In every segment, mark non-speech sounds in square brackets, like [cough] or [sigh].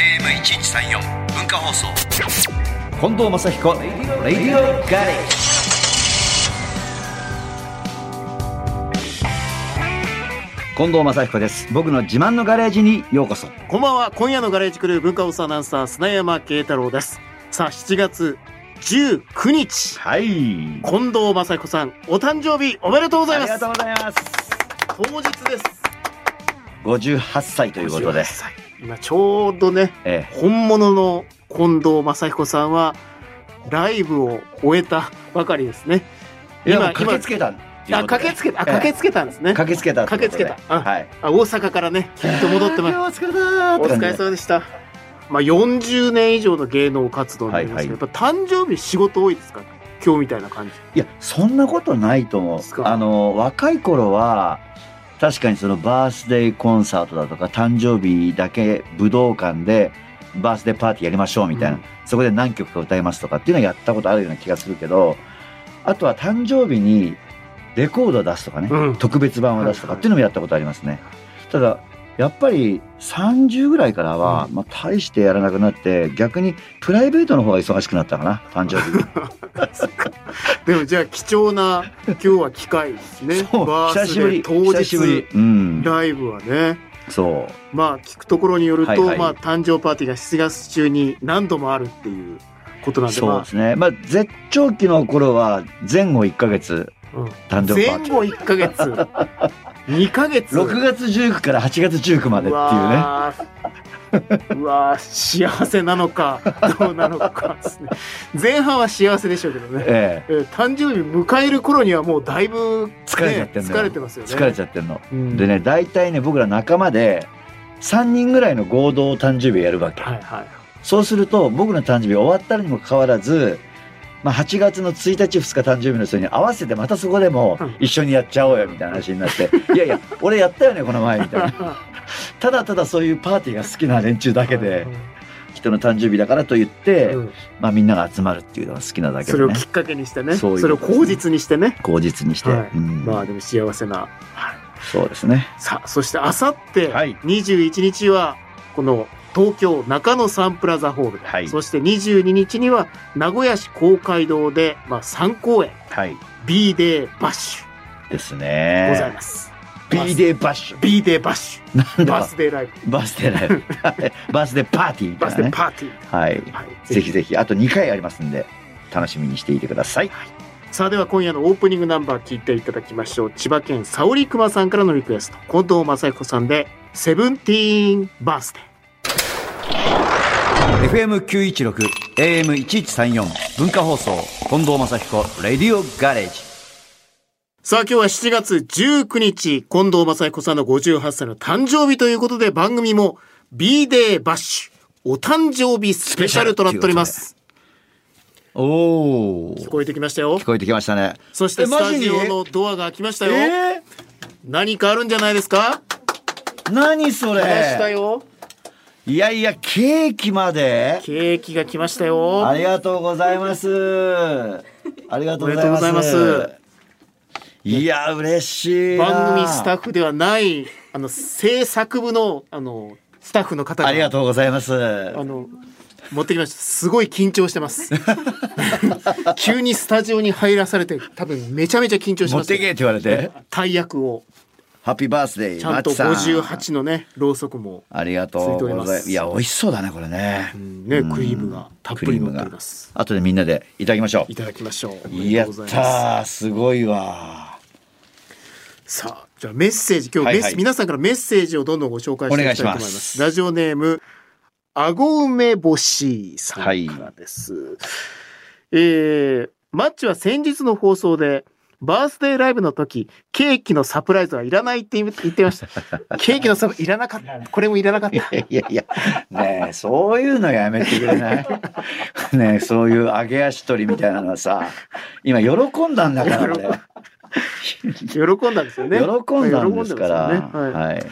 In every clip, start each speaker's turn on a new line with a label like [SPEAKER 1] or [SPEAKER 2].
[SPEAKER 1] FM1134 文化放送
[SPEAKER 2] 近藤正彦レディオガレージ近藤正彦です僕の自慢のガレージにようこそ
[SPEAKER 3] こんばんは。今夜のガレージクルー文化放送アナウンサー、砂山慶太郎です。さあ、7月19日、
[SPEAKER 2] はい
[SPEAKER 3] 近藤正彦さん、お誕生日おめでとうござ
[SPEAKER 2] あ
[SPEAKER 3] い
[SPEAKER 2] り
[SPEAKER 3] ま
[SPEAKER 2] が
[SPEAKER 3] す
[SPEAKER 2] と。うございます
[SPEAKER 3] 当日です。
[SPEAKER 2] 58歳ということで
[SPEAKER 3] 58、歳今ちょうどね、
[SPEAKER 2] ええ、
[SPEAKER 3] 本物の近藤正彦さんは、ライブを終えたばかりですね。
[SPEAKER 2] いや
[SPEAKER 3] 今
[SPEAKER 2] もう駆けつけたっていう
[SPEAKER 3] あ、
[SPEAKER 2] こと
[SPEAKER 3] 駆
[SPEAKER 2] で
[SPEAKER 3] けつけた、あ、
[SPEAKER 2] ええ
[SPEAKER 3] 駆けつけたんですね。
[SPEAKER 2] 駆けつけたってことで
[SPEAKER 3] 駆けつけたうん
[SPEAKER 2] はい
[SPEAKER 3] あ大阪からね、きっと戻ってます。
[SPEAKER 2] すお疲れだ
[SPEAKER 3] お疲れ様でした。まあ、40年以上の芸能活動になりますけど、
[SPEAKER 2] はい
[SPEAKER 3] やっぱ誕生日仕事多いですか今日みたいな感じ。
[SPEAKER 2] いやそんなことないと思う
[SPEAKER 3] ですか
[SPEAKER 2] あの若い頃は確かにそのバースデーコンサートだとか誕生日だけ武道館でバースデーパーティーやりましょうみたいな、
[SPEAKER 3] うん
[SPEAKER 2] そこで何曲か歌いますとかっていうのはやったことあるような気がするけどあとは誕生日にレコードを出すとかね、
[SPEAKER 3] うん
[SPEAKER 2] 特別版を出すとかっていうのもやったことありますね、ただやっぱり30ぐらいからは、まあ、大してやらなくなって逆にプライベートの方が忙しくなったかな誕生日。
[SPEAKER 3] [laughs] でもじゃあ貴重な今日は機会ですね
[SPEAKER 2] そう
[SPEAKER 3] バー
[SPEAKER 2] 久
[SPEAKER 3] ス
[SPEAKER 2] しぶ
[SPEAKER 3] デー
[SPEAKER 2] り
[SPEAKER 3] 当
[SPEAKER 2] 久しぶり
[SPEAKER 3] 日
[SPEAKER 2] うん
[SPEAKER 3] ライブはね、
[SPEAKER 2] そ
[SPEAKER 3] まあ聞くところによると、
[SPEAKER 2] はいはい
[SPEAKER 3] まあ誕生パーティーが7月中に何度もあるっていうことなん
[SPEAKER 2] う
[SPEAKER 3] で、
[SPEAKER 2] そう
[SPEAKER 3] ま
[SPEAKER 2] ですねまあ絶頂期の頃は前後1ヶ月
[SPEAKER 3] あ、うん
[SPEAKER 2] 誕生日パ
[SPEAKER 3] 前
[SPEAKER 2] ーティー
[SPEAKER 3] 後1ヶ
[SPEAKER 2] [laughs]
[SPEAKER 3] 月、2ヶ月。
[SPEAKER 2] 6月19から8月19までっていう
[SPEAKER 3] うね。うわー幸せなのか、どうなのかですね。前半は幸せでしょうけどね。
[SPEAKER 2] ね、え
[SPEAKER 3] えー誕生日迎える頃にはもうだいぶ、ね
[SPEAKER 2] え、疲れちゃってんのよ、
[SPEAKER 3] 疲れてますよね。
[SPEAKER 2] 疲れちゃってんの、
[SPEAKER 3] うん
[SPEAKER 2] でね大体ね僕ら仲間で3人ぐらいの合同誕生日やるわけ、
[SPEAKER 3] はいはい。
[SPEAKER 2] そうすると僕の誕生日終わったにもかかわらず、まあ、8月の1日2日誕生日の人に合わせてまたそこでも
[SPEAKER 3] うん
[SPEAKER 2] 一緒にやっちゃおうよみたいな話にな
[SPEAKER 3] [laughs]
[SPEAKER 2] って「いやいや俺やったよねこの前」みたいなただただそういうパーティーが好きな連中だけで人の誕生日だからと言って、
[SPEAKER 3] うん
[SPEAKER 2] まあ、みんなが集まるっていうのが好きなだけ
[SPEAKER 3] それ
[SPEAKER 2] で
[SPEAKER 3] を
[SPEAKER 2] ね
[SPEAKER 3] きっかけにしてね
[SPEAKER 2] そうい
[SPEAKER 3] そうれを口実にしてね
[SPEAKER 2] 口実にして、
[SPEAKER 3] はい
[SPEAKER 2] うん
[SPEAKER 3] まあでも幸せな
[SPEAKER 2] そうですね
[SPEAKER 3] さあそしてあさって
[SPEAKER 2] はい
[SPEAKER 3] 21日はこの東京中野サンプラザホールで、
[SPEAKER 2] はい
[SPEAKER 3] そして22日には名古屋市公会堂で、まあ、3公演
[SPEAKER 2] はい
[SPEAKER 3] B デーバッシ
[SPEAKER 2] です
[SPEAKER 3] ュござい
[SPEAKER 2] ね
[SPEAKER 3] ます、
[SPEAKER 2] B デーバッシュ
[SPEAKER 3] B デーバッシ
[SPEAKER 2] なん
[SPEAKER 3] ュ
[SPEAKER 2] だ
[SPEAKER 3] バー
[SPEAKER 2] か
[SPEAKER 3] スデーライブ
[SPEAKER 2] バースデーラ
[SPEAKER 3] [laughs]
[SPEAKER 2] イブバースデーパーティーみた
[SPEAKER 3] バース
[SPEAKER 2] いな
[SPEAKER 3] デー
[SPEAKER 2] ね
[SPEAKER 3] パーティー、
[SPEAKER 2] はい
[SPEAKER 3] はい、
[SPEAKER 2] ぜひぜひあと2回ありますんで楽しみにしていてください
[SPEAKER 3] さあでは今夜のオープニングナンバー聞いていただきましょう千葉県沙織熊さんからのリクエスト近藤正彦さんで「セブンティーンバースデー」
[SPEAKER 2] FM916 AM1134 文化放送近藤正彦レディオガレージ
[SPEAKER 3] さあ今日は7月19日近藤正彦さんの58歳の誕生日ということで番組も「B デーバッシュ」お誕生日スペシャルとなっております
[SPEAKER 2] おお
[SPEAKER 3] 聞こえてきましたよ
[SPEAKER 2] 聞こえてきましたね
[SPEAKER 3] そして
[SPEAKER 2] え
[SPEAKER 3] スタジオ
[SPEAKER 2] マジに
[SPEAKER 3] のドアが開きましたよ、
[SPEAKER 2] え
[SPEAKER 3] 何かあるんじゃないですか
[SPEAKER 2] ー、何そ
[SPEAKER 3] 来ました
[SPEAKER 2] れ
[SPEAKER 3] よ
[SPEAKER 2] いやいやケーキまで
[SPEAKER 3] ケーキが来ましたよ
[SPEAKER 2] ありがとうございますありがとうございま
[SPEAKER 3] おめ
[SPEAKER 2] す
[SPEAKER 3] でとうございます
[SPEAKER 2] いや嬉しいな
[SPEAKER 3] 番組スタッフではないあの制作部のあのスタッフの方が
[SPEAKER 2] ありがとうございます
[SPEAKER 3] あの持ってきましたすごい緊張してます
[SPEAKER 2] [laughs]
[SPEAKER 3] 急にスタジオに入らされて多分めちゃめちゃ緊張して
[SPEAKER 2] 持
[SPEAKER 3] ま
[SPEAKER 2] っ
[SPEAKER 3] す
[SPEAKER 2] てけって言われて
[SPEAKER 3] 大役を
[SPEAKER 2] ハッピーバースデー
[SPEAKER 3] ちゃんと
[SPEAKER 2] マッチさん
[SPEAKER 3] 58のねろうそくも、
[SPEAKER 2] ありがとうございま。
[SPEAKER 3] ついておりますす
[SPEAKER 2] いや、美味しそうだね、これね。
[SPEAKER 3] うんねクリームがたっぷり乗っております
[SPEAKER 2] 後でみんなでいただきましょ
[SPEAKER 3] いただきましょうお
[SPEAKER 2] う。
[SPEAKER 3] めで
[SPEAKER 2] や
[SPEAKER 3] と
[SPEAKER 2] っ
[SPEAKER 3] う
[SPEAKER 2] た
[SPEAKER 3] ございま
[SPEAKER 2] ー、すごいわ。 [laughs]
[SPEAKER 3] すさあじゃあメッセージ今日メッセ
[SPEAKER 2] はいはい
[SPEAKER 3] 皆さんからメッセージをどんどんご紹介していきたいと思いま
[SPEAKER 2] お願いし
[SPEAKER 3] す
[SPEAKER 2] ます
[SPEAKER 3] ラジオネームあご梅干しさんからです、えーマッチは先日の放送でバースデーライブの時、ケーキのサプライズはいらないって言って
[SPEAKER 2] [laughs]
[SPEAKER 3] ました。ケーキのサプいらなかった。これもいらなかった。
[SPEAKER 2] いやいや、ねえ、そういうのやめてくれない [laughs] ねえ、そういう揚げ足取りみたいなのはさ、今喜んだんだか
[SPEAKER 3] [laughs]
[SPEAKER 2] ら俺、
[SPEAKER 3] 喜んだんですよね。
[SPEAKER 2] 喜んだんですから。
[SPEAKER 3] 喜んだんですよねはい
[SPEAKER 2] はい。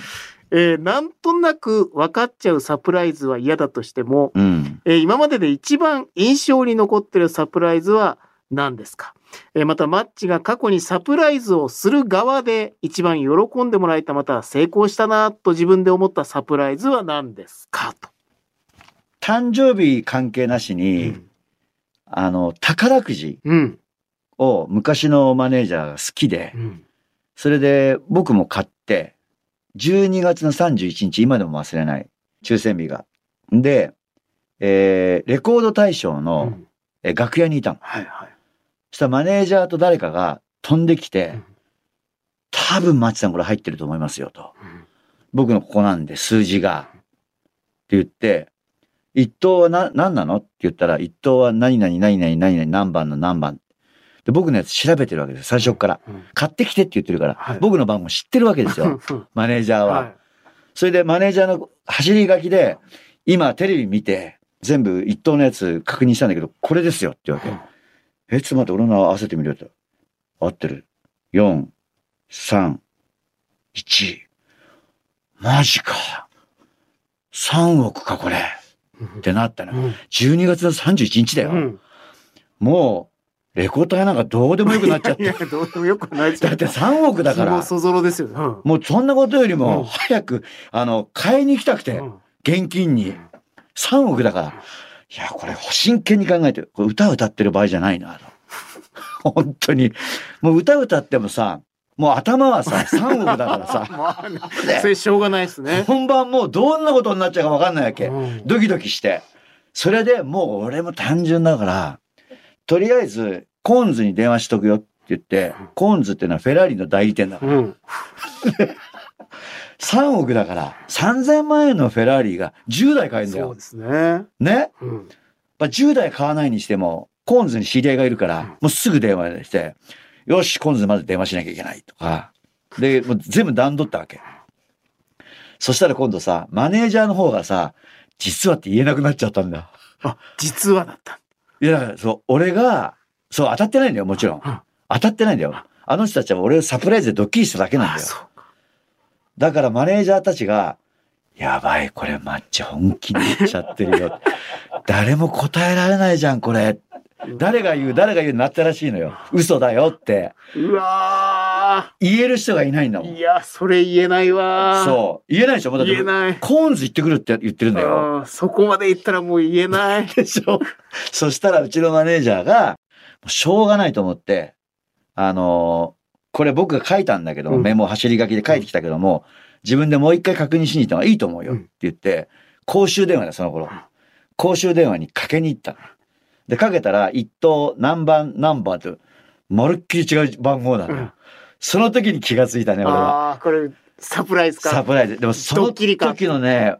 [SPEAKER 3] えーなんとなく分かっちゃうサプライズは嫌だとしても、
[SPEAKER 2] うん。
[SPEAKER 3] えー今までで一番印象に残ってるサプライズは、何ですかえーまたマッチが過去にサプライズをする側で一番喜んでもらえたまたは成功したなと自分で思ったサプライズは何ですかと。
[SPEAKER 2] 誕生日関係なしに、あの、宝くじ
[SPEAKER 3] うん。
[SPEAKER 2] を昔のマネージャーが好きで
[SPEAKER 3] う、ん。
[SPEAKER 2] それで僕も買って、12月の31日、今でも忘れない、抽選日が。で、えーレコード大賞
[SPEAKER 3] う
[SPEAKER 2] の、
[SPEAKER 3] ん
[SPEAKER 2] えー楽屋にいたの。
[SPEAKER 3] はいはい。
[SPEAKER 2] したらマネージャーと誰かが飛んでき
[SPEAKER 3] う
[SPEAKER 2] て
[SPEAKER 3] ん、
[SPEAKER 2] 多分マッチさんこれ入ってると思いますよと。
[SPEAKER 3] うん
[SPEAKER 2] 僕のここなんで数字が。って言って、一等はな、何なのって言ったら、一等は何々何々何々何番の何番。で、僕のやつ調べてるわけです。最初っから。
[SPEAKER 3] うん
[SPEAKER 2] 買ってきてって言ってるから、
[SPEAKER 3] はい
[SPEAKER 2] 僕の番号知ってるわけですよ。マネージャーは。
[SPEAKER 3] は
[SPEAKER 2] それでマネージャーの走り書きで、今テレビ見て、全部一等のやつ確認したんだけど、これですよってわけ。え、ちょっと待って、俺の合わせてみるよと。合ってる。4、3、1。マジか。3億か、これ。ってなった
[SPEAKER 3] い。
[SPEAKER 2] の。12月の31日だよ。もう、レコーターなんかどうでもよくなっちゃっ
[SPEAKER 3] [laughs] いや
[SPEAKER 2] て。
[SPEAKER 3] どうでもよくないですよ
[SPEAKER 2] だって3億だか
[SPEAKER 3] もう
[SPEAKER 2] ら。
[SPEAKER 3] そぞろですよ。うん
[SPEAKER 2] もうそんなことより
[SPEAKER 3] うん
[SPEAKER 2] も、早く、あの、買いに行きたくて
[SPEAKER 3] う。ん
[SPEAKER 2] 現金に。3億だから。いや、これ、真剣に考えてる。これ歌歌ってる場合じゃないな、と。 [laughs] 本当に。もう歌歌ってもさ、もう頭はさ、3億だからさ、
[SPEAKER 3] まあね [laughs]
[SPEAKER 2] ね
[SPEAKER 3] それしょうがないですね。
[SPEAKER 2] 本番もうどんなことになっちゃうかわかんないわけ。
[SPEAKER 3] うん
[SPEAKER 2] ドキドキして。それでもう俺も単純だから、とりあえず、コーンズに電話しとくよって言って、コーンズってのはフェラーリの代理店だから
[SPEAKER 3] うん
[SPEAKER 2] 3億だから、3000万円のフェラーリが10台買えるんだ
[SPEAKER 3] そう
[SPEAKER 2] よ
[SPEAKER 3] で。すね。
[SPEAKER 2] ね
[SPEAKER 3] うん
[SPEAKER 2] まあ、10代買わないにしても、コーンズに知り合いがいるから、もうすぐ電話して、よし、コーンズにまず電話しなきゃいけないとか。で、もう全部段取ったわけ。そしたら今度さ、マネージャーの方がさ、実はって言えなくなっちゃったんだ。
[SPEAKER 3] あ、実はだった。
[SPEAKER 2] いや、だからそう、俺が、そう、当たってないんだよ、もちろん
[SPEAKER 3] うん。
[SPEAKER 2] 当たってないんだよ。あの人たちは俺をサプライズでドッキリしただけなん
[SPEAKER 3] あ
[SPEAKER 2] だよ。
[SPEAKER 3] そう
[SPEAKER 2] だからマネージャーたちが、やばい、これマッチ本気で言っちゃってるよ。 [laughs] 誰も答えられないじゃん、これ。誰が言う、誰が言うになったらしいのよ。嘘だよって。
[SPEAKER 3] うわ
[SPEAKER 2] 言える人がいないんだ
[SPEAKER 3] ー
[SPEAKER 2] もん
[SPEAKER 3] い。や、それ言えないわー
[SPEAKER 2] そう。言えないでしょもうだって
[SPEAKER 3] 言えない。
[SPEAKER 2] コーンズ行ってくるって言ってるんだよ。
[SPEAKER 3] あーそこまで言ったらもう言え
[SPEAKER 2] [laughs]
[SPEAKER 3] ない。
[SPEAKER 2] でしょそしたらうちのマネージャーが、もうしょうがないと思って、あのーこれ僕が書いたんだけども、
[SPEAKER 3] うん
[SPEAKER 2] メモ走り書きで書いてきたけども、自分でもう一回確認しに行った方がいいと思うよ
[SPEAKER 3] う
[SPEAKER 2] っ
[SPEAKER 3] ん
[SPEAKER 2] て言って、公衆電話だ、その頃。公衆電話にかけに行ったの。で、かけたら、一等、何番、何番と、まるっきり違う番号なの
[SPEAKER 3] うん
[SPEAKER 2] よ。その時に気がついたね、俺は。
[SPEAKER 3] ああ、これ、サプライズか。
[SPEAKER 2] サプライズ。でも、そ
[SPEAKER 3] ドッ
[SPEAKER 2] の
[SPEAKER 3] キリか
[SPEAKER 2] 時のね、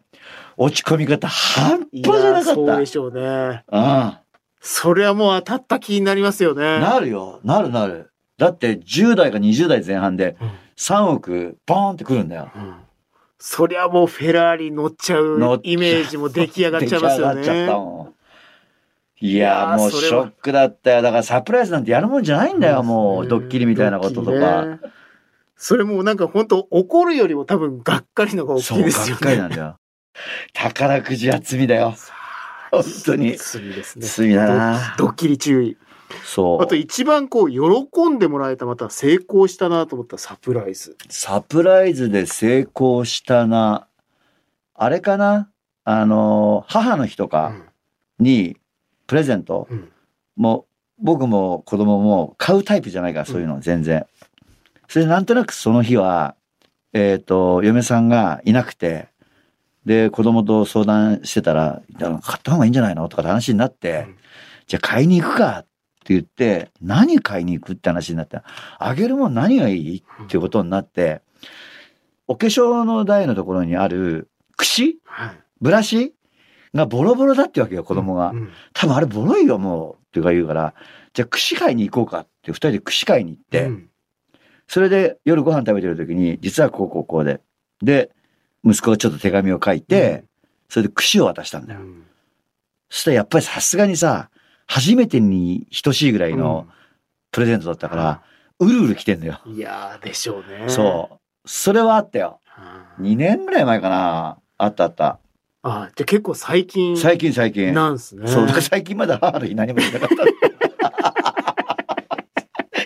[SPEAKER 2] 落ち込み方、半端
[SPEAKER 3] い
[SPEAKER 2] じゃ
[SPEAKER 3] や
[SPEAKER 2] なか
[SPEAKER 3] そうで
[SPEAKER 2] っ
[SPEAKER 3] しょうね。
[SPEAKER 2] た。
[SPEAKER 3] それはもう当たった気になりますよ
[SPEAKER 2] うん。
[SPEAKER 3] ね。
[SPEAKER 2] なるよ。なるなる。だって、10代か20代前半で
[SPEAKER 3] うん、
[SPEAKER 2] 3億、ボーンってくるんだよ。
[SPEAKER 3] うんそりゃもうフェラーリ乗っちゃ
[SPEAKER 2] 乗
[SPEAKER 3] う
[SPEAKER 2] っちゃう
[SPEAKER 3] イメージも出来上がっちゃいますよ
[SPEAKER 2] 出来上がっちゃった
[SPEAKER 3] ね。
[SPEAKER 2] もん。い
[SPEAKER 3] いや
[SPEAKER 2] や
[SPEAKER 3] ー
[SPEAKER 2] ー、もう
[SPEAKER 3] そ
[SPEAKER 2] シ
[SPEAKER 3] れは
[SPEAKER 2] ョックだったよ。だからサプライズなんてやるもんじゃないんだよ、もう。ドッキリみたいなことと
[SPEAKER 3] ドッキ
[SPEAKER 2] か。
[SPEAKER 3] リね。それもうなんか本当怒るよりも多分がっかりの方が大
[SPEAKER 2] そ、
[SPEAKER 3] きいう
[SPEAKER 2] が
[SPEAKER 3] ですよ
[SPEAKER 2] っかり
[SPEAKER 3] ね。
[SPEAKER 2] なんだよ。宝くじは罪だよ。本当に。
[SPEAKER 3] 罪ですね。
[SPEAKER 2] 罪だな。
[SPEAKER 3] ドッキリ注意。
[SPEAKER 2] そう。
[SPEAKER 3] あと一番こう喜んでもらえたまた成功したなと思ったサプライズ。
[SPEAKER 2] サプライズで成功したな。あれかなあの、母の日と
[SPEAKER 3] う
[SPEAKER 2] か
[SPEAKER 3] ん
[SPEAKER 2] にプレゼント、
[SPEAKER 3] うん
[SPEAKER 2] もう僕も子供も買うタイプじゃないから、そういうの全然。それでなんとなくその日は、えっ、と、嫁さんがいなくて、で、子供と相談してたら、いや買った方がいいんじゃないのとかって話になって、
[SPEAKER 3] うん
[SPEAKER 2] じゃあ買いに行くかって言って、何買いに行くって話になって、あげるもん何がいいっていうことになって、お化粧の台のところにある櫛
[SPEAKER 3] はい。
[SPEAKER 2] ブラシがボロボロだってわけよ、子供が
[SPEAKER 3] う。ん
[SPEAKER 2] 多分あれボロいよ、もう。っていうか言うから、じゃあ櫛買いに行こうかって、二人で櫛買いに行って、
[SPEAKER 3] うん
[SPEAKER 2] それで夜ご飯食べてる時に、実はこうこうこうで。で、息子がちょっと手紙を書いて、それで櫛を渡したんだよ。そしたらやっぱりさすがにさ、初めてに等しいぐらいのプレゼントだったから、うるうる来てんだよ。
[SPEAKER 3] うんいやーでしょうね。
[SPEAKER 2] そう。それはあったよ。
[SPEAKER 3] うん。
[SPEAKER 2] 2年ぐらい前かな。あったあった。
[SPEAKER 3] あじゃあ結構最近
[SPEAKER 2] 最近最近。
[SPEAKER 3] なんですね。
[SPEAKER 2] そう、だから最近まだ母の日何も言ってなかった。 [laughs]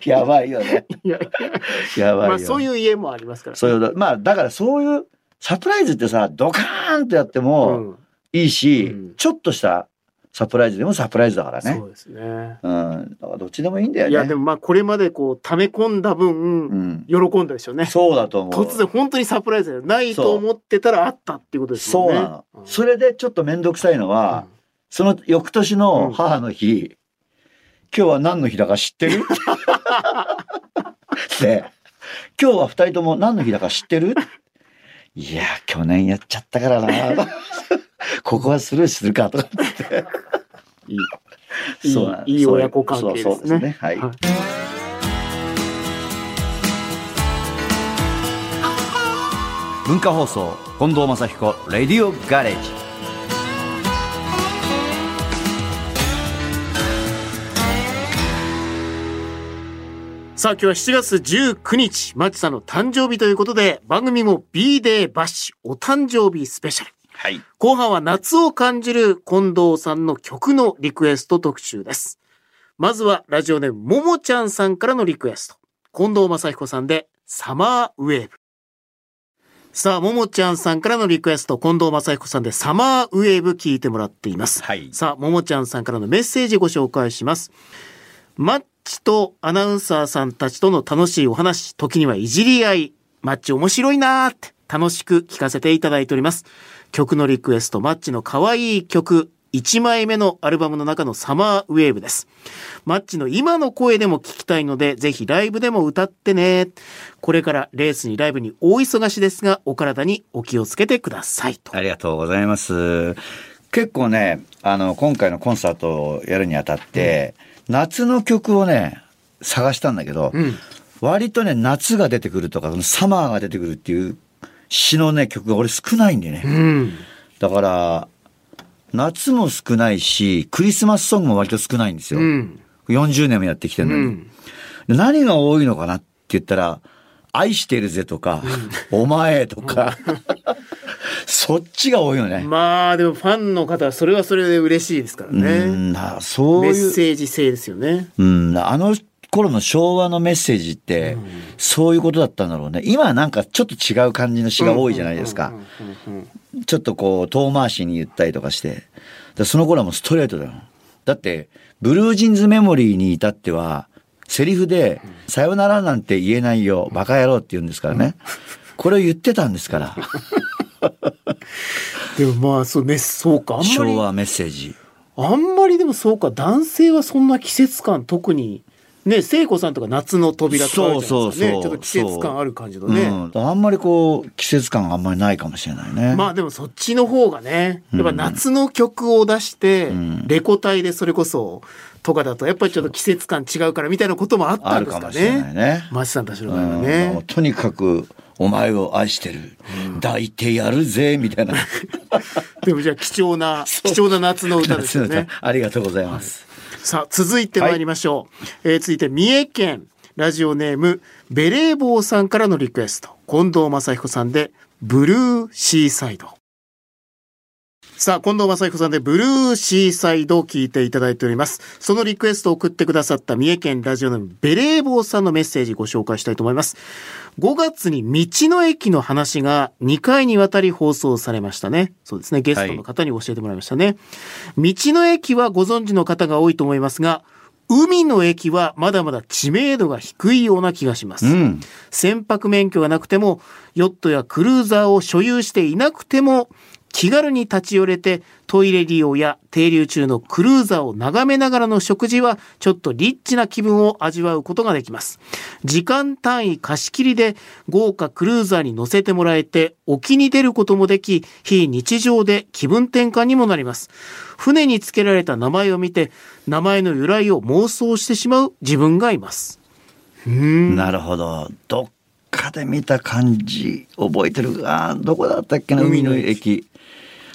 [SPEAKER 2] やばいよね。
[SPEAKER 3] いやいや
[SPEAKER 2] やばいよ。
[SPEAKER 3] まあそういう家もありますからね。
[SPEAKER 2] そういうことまあ、だからそういうサプライズってさ、ドカーンってやって
[SPEAKER 3] う
[SPEAKER 2] も
[SPEAKER 3] ん
[SPEAKER 2] いいし、
[SPEAKER 3] うん
[SPEAKER 2] ちょっとしたサプライズでもサプライズだからね
[SPEAKER 3] そ。うですね。
[SPEAKER 2] うん。だからどっちでもいいんだよね。
[SPEAKER 3] いやでもまあこれまでこう溜め込んだ分
[SPEAKER 2] うん。
[SPEAKER 3] 喜んだでしょうね。
[SPEAKER 2] そうだと思う。
[SPEAKER 3] 突然本当にサプライズがないと思ってたらあったっていうことです
[SPEAKER 2] そ
[SPEAKER 3] も
[SPEAKER 2] うん
[SPEAKER 3] ね。
[SPEAKER 2] なの。
[SPEAKER 3] うん
[SPEAKER 2] それでちょっとめんどくさいのは、その翌年の母の日、今日は何の日だか知っ
[SPEAKER 3] [laughs]
[SPEAKER 2] てるって、今日は二人とも何の日だか知ってるいや、去年やっちゃったか
[SPEAKER 3] [laughs]
[SPEAKER 2] らな。ここはスルーするかとかって言って。
[SPEAKER 3] いい
[SPEAKER 2] [laughs] そうなん
[SPEAKER 3] いい親子関係ですね
[SPEAKER 2] そうそうそうですね。はい。
[SPEAKER 3] はい
[SPEAKER 1] 文化放送近藤正彦レディオガレージ
[SPEAKER 3] さあ今日は7月19日、マッチさんの誕生日ということで、番組も B デーバッシュお誕生日スペシャル。
[SPEAKER 2] はい。
[SPEAKER 3] 後半は夏を感じる近藤さんの曲のリクエスト特集です。まずはラジオネームももちゃんさんからのリクエスト。近藤正彦さんでサマーウェーブ。さあ、ももちゃんさんからのリクエスト、近藤正彦さんでサマーウェーブ聞いてもらっています。
[SPEAKER 1] はい
[SPEAKER 3] さあ、ももちゃんさんからのメッセージご紹介します。マッチとアナウンサーさんたちとの楽しいお話、時にはいじり合い、マッチ面白いなーって楽しく聞かせていただいております。曲のリクエスト、マッチの可愛い曲、1枚目のアルバムの中のサマーウェーブです。マッチの今の声でも聞きたいので、ぜひライブでも歌ってね。これからレースにライブに大忙しですが、お体にお気をつけてくださいと。
[SPEAKER 2] ありがとうございます。結構ね、あの、今回のコンサートをやるにあたって、夏の曲をね、探したんだけど、
[SPEAKER 3] うん。
[SPEAKER 2] 割とね、夏が出てくるとか、そのサマーが出てくるっていう詩のね、曲が俺少ないんで
[SPEAKER 3] う
[SPEAKER 2] ね。
[SPEAKER 3] ん。
[SPEAKER 2] だから、夏も少ないし、クリスマスソングも割と少ないんですよ。
[SPEAKER 3] うん。
[SPEAKER 2] 40年もやってきてる
[SPEAKER 3] う
[SPEAKER 2] のに、
[SPEAKER 3] ん。
[SPEAKER 2] で何が多いのかなって言ったら、愛してるぜとか、お前とか、 [laughs] そっちが多いよね。
[SPEAKER 3] まあでもファンの方はそれはそれで嬉しいですから
[SPEAKER 2] う
[SPEAKER 3] ね。
[SPEAKER 2] んなそう
[SPEAKER 3] メッ
[SPEAKER 2] いう、
[SPEAKER 3] セージ性ですよね。
[SPEAKER 2] うん、あの頃の昭和のメッセージって、そういうことだったんだろうね。今はなんかちょっと違う感じの詩が多いじゃないですか。
[SPEAKER 3] うんうんうん
[SPEAKER 2] ちょっとこう遠回しに言ったりとかして。でその頃はもうストレートだよ。だって、ブルージーンズメモリーに至っては、セリフで、さよならなんて言えないよ、バカ野郎って言うんですからね。これを言ってたんで
[SPEAKER 3] [laughs]
[SPEAKER 2] すから、
[SPEAKER 3] うんでもまあそうね、そうか。あんまり
[SPEAKER 2] 昭、和メッセージ。
[SPEAKER 3] あんまりでもそうか、男性はそんな季節感、特に、ね、聖子さんとか夏の扉とかあるじゃないですかね。
[SPEAKER 2] そうそうそう
[SPEAKER 3] ちょっと季節感ある感じの
[SPEAKER 2] う
[SPEAKER 3] ね。
[SPEAKER 2] ん。あんまりこう、季節感があんまりないかもしれないね。
[SPEAKER 3] まあでもそっちの方がね、やっぱ夏の曲を出して、
[SPEAKER 2] ん
[SPEAKER 3] レコ大でそれこそ、とかだと、やっぱりちょっと季節感違うからみたいなこともあったん
[SPEAKER 2] ある
[SPEAKER 3] です
[SPEAKER 2] か
[SPEAKER 3] か
[SPEAKER 2] もしれな
[SPEAKER 3] ね。
[SPEAKER 2] いね。
[SPEAKER 3] マチさんたちの場合は
[SPEAKER 2] うんも
[SPEAKER 3] ね
[SPEAKER 2] う。とにかく、お前を愛してる。抱いてやるぜ、みたいな。
[SPEAKER 3] でもじゃあ貴重
[SPEAKER 2] [laughs]
[SPEAKER 3] な、貴重な夏の歌ですよね。
[SPEAKER 2] ありがとうございます。
[SPEAKER 3] さあ、続いて参りましょう。えー続いて、三重県、ラジオネーム、ベレー帽さんからのリクエスト。近藤正彦さんで、ブルーシーサイド。さあ、近藤正彦さんで、ブルーシーサイドを聞いていただいております。そのリクエストを送ってくださった三重県ラジオネーム、ベレー帽さんのメッセージご紹介したいと思います。5月に道の駅の話が2回にわたり放送されましたね。そうですね。ゲストの方に教えてもらいましたね。道の駅はご存知の方が多いと思いますが、海の駅はまだまだ知名度が低いような気がします。
[SPEAKER 2] うん。
[SPEAKER 3] 船舶免許がなくても、ヨットやクルーザーを所有していなくても、気軽に立ち寄れて、トイレ利用や停留中のクルーザーを眺めながらの食事は、ちょっとリッチな気分を味わうことができます。時間単位貸し切りで、豪華クルーザーに乗せてもらえて、沖に出ることもでき、非日常で気分転換にもなります。船につけられた名前を見て、名前の由来を妄想してしまう自分がいます。うーん
[SPEAKER 2] なるほど。どっかで見た感じ、覚えてるかどこだったっけな、
[SPEAKER 3] 海
[SPEAKER 2] 海
[SPEAKER 3] の
[SPEAKER 2] の
[SPEAKER 3] 駅
[SPEAKER 2] 駅。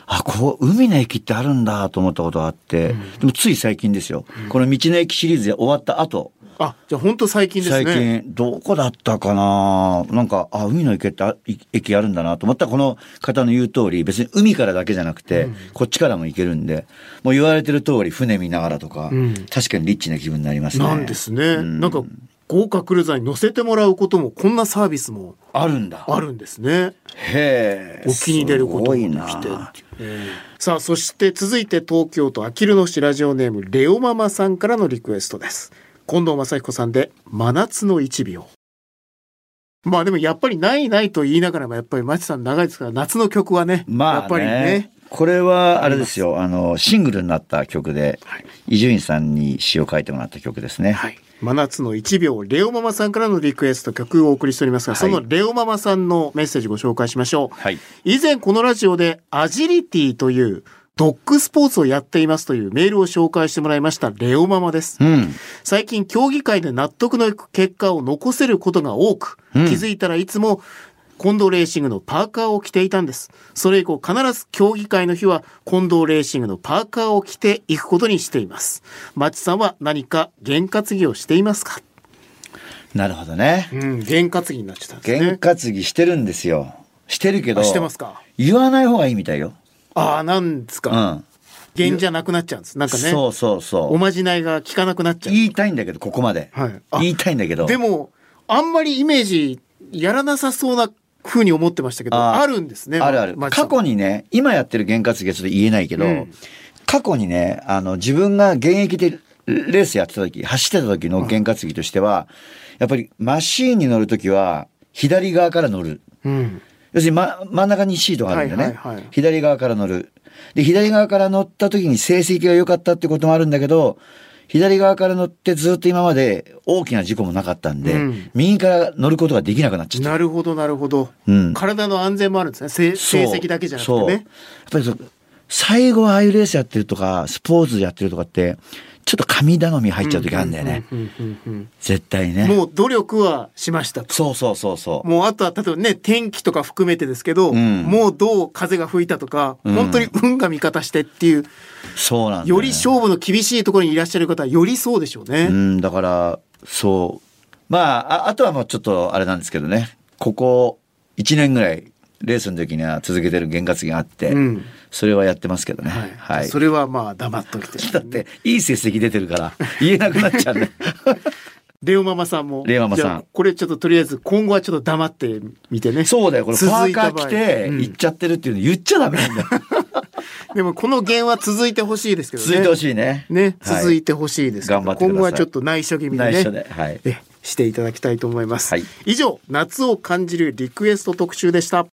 [SPEAKER 2] あ、こう、海の駅ってあるんだと思ったことがあって、でもつい最近ですよ。この道の駅シリーズで終わった後、
[SPEAKER 3] あ、じゃあ本当最近です
[SPEAKER 2] 最
[SPEAKER 3] ね。
[SPEAKER 2] 近、どこだったかななんか、あ、海の駅ってあ、い駅あるんだなと思ったらこの方の言う通り、別に海からだけじゃなくて、こっちからも行けるんで、もう言われてる通り、船見ながらとか、
[SPEAKER 3] うん
[SPEAKER 2] 確かにリッチな気分になりますね。
[SPEAKER 3] なんですね。
[SPEAKER 2] ん
[SPEAKER 3] なんか、豪華クルーザーに乗せてもらうことも、こんなサービスも
[SPEAKER 2] あるんだ。
[SPEAKER 3] あるんですね。
[SPEAKER 2] へえ。
[SPEAKER 3] お気に入れることも
[SPEAKER 2] すご
[SPEAKER 3] で
[SPEAKER 2] い
[SPEAKER 3] きて
[SPEAKER 2] な。
[SPEAKER 3] えーさあそして続いて東京都あきる野市ラジオネームレオママさんからのリクエストです近藤正彦さんで「真夏の一秒」まあでもやっぱりないないと言いながらもやっぱり町さん長いですから夏の曲はね、や
[SPEAKER 2] ま
[SPEAKER 3] っ
[SPEAKER 2] あ
[SPEAKER 3] ぱりね
[SPEAKER 2] ね。これはあれですよ。あの、シングルになった曲で
[SPEAKER 3] はい、
[SPEAKER 2] 伊集院さんに詩を書いてもらった曲ですね。
[SPEAKER 3] はい、真夏の一秒レオママさんからのリクエスト曲をお送りしておりますが、
[SPEAKER 2] はい
[SPEAKER 3] そのレオママさんのメッセージご紹介しましょう
[SPEAKER 2] はい。
[SPEAKER 3] 以前このラジオでアジリティというドッグスポーツをやっていますというメールを紹介してもらいましたレオママです。
[SPEAKER 2] うん。
[SPEAKER 3] 最近競技会で納得のいく結果を残せることが多く、気
[SPEAKER 2] うん
[SPEAKER 3] づいたらいつも近藤レーシングのパーカーを着ていたんです。それ以降必ず競技会の日は近藤レーシングのパーカーを着ていくことにしています。マッチさんは何か験担ぎをしていますか
[SPEAKER 2] なるほどね。
[SPEAKER 3] うん、験担ぎになっちゃったんです
[SPEAKER 2] 験
[SPEAKER 3] ね。
[SPEAKER 2] 担ぎしてるんですよ。してるけど、
[SPEAKER 3] あしてますか
[SPEAKER 2] 言わない方がいいみたいよ。
[SPEAKER 3] ああ、なんです
[SPEAKER 2] う
[SPEAKER 3] か。
[SPEAKER 2] ん。
[SPEAKER 3] 験じゃなくなっちゃうんです。なんかね。
[SPEAKER 2] そうそう
[SPEAKER 3] お
[SPEAKER 2] そう。
[SPEAKER 3] まじないが効かなくなっちゃう。
[SPEAKER 2] 言いたいんだけど、ここまで。
[SPEAKER 3] はいあ
[SPEAKER 2] 言いたいんだけど。
[SPEAKER 3] でも、あんまりイメージやらなさそうな風に思ってましたけど、
[SPEAKER 2] あ
[SPEAKER 3] あ
[SPEAKER 2] ー
[SPEAKER 3] るんですね。
[SPEAKER 2] あるある。
[SPEAKER 3] ま
[SPEAKER 2] 過去にね、今やってる験担ぎはちょっと言えないけど、
[SPEAKER 3] うん
[SPEAKER 2] 過去にね、あの、自分が現役でレースやってた時、走ってた時の験担ぎとしては、やっぱりマシーンに乗る時は、左側から乗る。
[SPEAKER 3] うん。
[SPEAKER 2] 要するに、ま、真ん中にシートがあるんだよね、
[SPEAKER 3] はいはいはい
[SPEAKER 2] 左側から乗る。で、左側から乗った時に成績が良かったってこともあるんだけど、左側から乗ってずっと今まで大きな事故もなかったんで、
[SPEAKER 3] うん
[SPEAKER 2] 右から乗ることができなくなっちゃった。
[SPEAKER 3] なるほど、なるほど。
[SPEAKER 2] うん
[SPEAKER 3] 体の安全もあるんですね。せ
[SPEAKER 2] そう
[SPEAKER 3] 成績だけじゃなく
[SPEAKER 2] そ
[SPEAKER 3] て
[SPEAKER 2] うやっ
[SPEAKER 3] ね。
[SPEAKER 2] ぱりそう最後はああいうレースやってるとか、スポーツやってるとかって、ちょっと神頼み入っちゃう時あるんだよね。
[SPEAKER 3] うんうんうん
[SPEAKER 2] 絶対
[SPEAKER 3] うん
[SPEAKER 2] ね。
[SPEAKER 3] もう努力はしましたと。
[SPEAKER 2] そうそうそうそう。
[SPEAKER 3] もうあとは、例えばね、天気とか含めてですけど、
[SPEAKER 2] うん
[SPEAKER 3] もうどう風が吹いたとか、
[SPEAKER 2] うん
[SPEAKER 3] 本当に運が味方してっていう、
[SPEAKER 2] そうなんだ、ね。
[SPEAKER 3] より勝負の厳しいところにいらっしゃる方は、よりそうでしょうね。
[SPEAKER 2] うん、だから、そう。まあ、ああとはもうちょっとあれなんですけどね。ここ1年ぐらい、レースの時には続けてる験担ぎがあって、
[SPEAKER 3] うん
[SPEAKER 2] それはやってますけどね。
[SPEAKER 3] はい。
[SPEAKER 2] はい。
[SPEAKER 3] それはまあ、黙っときて。
[SPEAKER 2] だって、いい成績出てるから、言えなくなっちゃ
[SPEAKER 3] [laughs]
[SPEAKER 2] うね。
[SPEAKER 3] レオママさんも。
[SPEAKER 2] レオママさん
[SPEAKER 3] じゃあこれちょっととりあえず今後はちょっと黙ってみてね。
[SPEAKER 2] そうだよ、これ、パ
[SPEAKER 3] 続
[SPEAKER 2] ー
[SPEAKER 3] い
[SPEAKER 2] カ
[SPEAKER 3] た
[SPEAKER 2] ー
[SPEAKER 3] 場合
[SPEAKER 2] 着て、
[SPEAKER 3] うん
[SPEAKER 2] 行っちゃってるっていうの言っちゃダメなんだよ。
[SPEAKER 3] でもこの弦は続いてほしいですけどね。
[SPEAKER 2] 続いてほしいね。
[SPEAKER 3] ね、
[SPEAKER 2] はい
[SPEAKER 3] 続いてほしいですけど、
[SPEAKER 2] 頑張ってください
[SPEAKER 3] 今後はちょっと内緒気味で
[SPEAKER 2] 内緒
[SPEAKER 3] ね。
[SPEAKER 2] で。はい。
[SPEAKER 3] えしていただきたいと思います。
[SPEAKER 2] はい
[SPEAKER 3] 以上、夏を感じるリクエスト特集でした。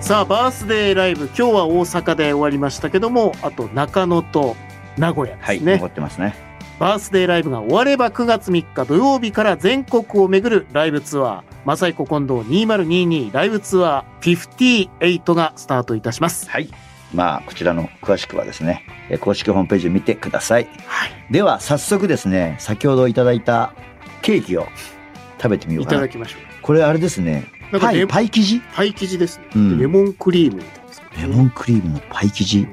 [SPEAKER 3] さあ、バースデーライブ、今日は大阪で終わりましたけども、あと中野と名古屋
[SPEAKER 2] は
[SPEAKER 3] で
[SPEAKER 2] い、
[SPEAKER 3] すね。
[SPEAKER 2] 残ってますね。
[SPEAKER 3] バースデーライブが終われば9月3日土曜日から全国を巡るライブツアー、マサイコ近藤2022ライブツアー58がスタートいたします。
[SPEAKER 2] はい。まあ、こちらの詳しくはですね、え公式ホームページを見てください。
[SPEAKER 3] はい。
[SPEAKER 2] では、早速ですね、先ほどいただいたケーキを食べてみよう
[SPEAKER 3] い
[SPEAKER 2] か
[SPEAKER 3] ただ
[SPEAKER 2] な。
[SPEAKER 3] きましょ
[SPEAKER 2] これ、あれですね、
[SPEAKER 3] う。なんか
[SPEAKER 2] パ
[SPEAKER 3] レ
[SPEAKER 2] イ、
[SPEAKER 3] パイ
[SPEAKER 2] パイ生地
[SPEAKER 3] 生地ですね。
[SPEAKER 2] うん
[SPEAKER 3] レモンクリームみたいですね
[SPEAKER 2] レモンクリームのパイ生地、ちょ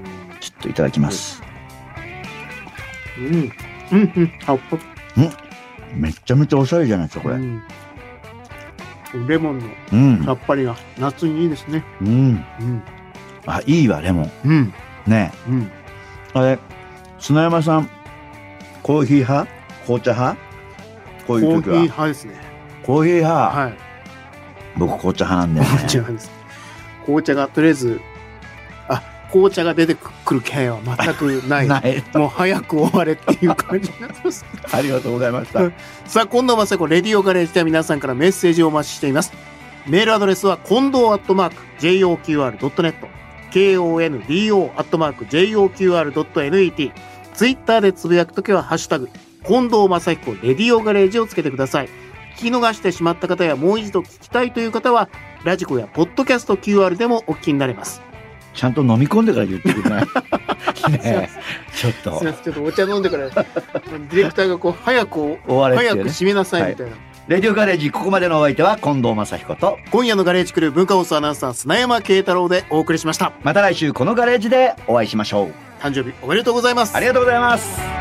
[SPEAKER 2] っといただきます。
[SPEAKER 3] うん。うん。うん。うん。あ、こ
[SPEAKER 2] めちゃめちゃおしゃれじゃないですか、こ
[SPEAKER 3] う
[SPEAKER 2] れ。
[SPEAKER 3] んレモンの
[SPEAKER 2] うん
[SPEAKER 3] さ。っぱりが夏にいいですね。
[SPEAKER 2] うん。
[SPEAKER 3] うん。
[SPEAKER 2] あ、いいわ、レモン。
[SPEAKER 3] うん。
[SPEAKER 2] ね
[SPEAKER 3] うん。
[SPEAKER 2] えあれ、砂山さん、コーヒー派紅茶派こ
[SPEAKER 3] コ
[SPEAKER 2] う
[SPEAKER 3] ー
[SPEAKER 2] い
[SPEAKER 3] ヒ
[SPEAKER 2] う
[SPEAKER 3] ー
[SPEAKER 2] 時は。
[SPEAKER 3] 派ですね。
[SPEAKER 2] コーヒー派。
[SPEAKER 3] はい。
[SPEAKER 2] 僕紅茶派なんだよ
[SPEAKER 3] 紅茶
[SPEAKER 2] ね。
[SPEAKER 3] なんです。紅茶がとりあえず、あ、紅茶が出てくる気配は全くない。
[SPEAKER 2] [laughs] ない。
[SPEAKER 3] もう早く終われっていう感じになってます。
[SPEAKER 2] ありがとうござい
[SPEAKER 3] [laughs]
[SPEAKER 2] ました。
[SPEAKER 3] さあ、近藤正子、レディオガレージでは皆さんからメッセージをお待ちしています。メールアドレスは、近藤アットマーク、joqr.net、kondo アットマーク、joqr.net、ツイッターでつぶやくときは、ハッシュタグ、近藤正彦、レディオガレージをつけてください。聞き逃してしまった方や、もう一度聞きたいという方は、ラジコやポッドキャスト QR でもお聞きになれます。
[SPEAKER 2] ちゃんと飲み込んでから言ってくれ
[SPEAKER 3] [laughs]
[SPEAKER 2] ないねえちょっと
[SPEAKER 3] すみません、ちょっとお茶飲んでから、デ [laughs] ィレクターがこう、早く、
[SPEAKER 2] 終われって
[SPEAKER 3] 早
[SPEAKER 2] いう
[SPEAKER 3] く
[SPEAKER 2] ね。
[SPEAKER 3] 締めなさいみたいな。
[SPEAKER 2] レディオガレージ、ここまでのお相手は近藤正彦と、
[SPEAKER 3] 今夜のガレージクルー文化放送アナウンサー砂山慶太郎でお送りしました
[SPEAKER 2] また来週このガレージでお会いしましょう。
[SPEAKER 3] 誕生日おめでとうございます
[SPEAKER 2] ありがとうございます。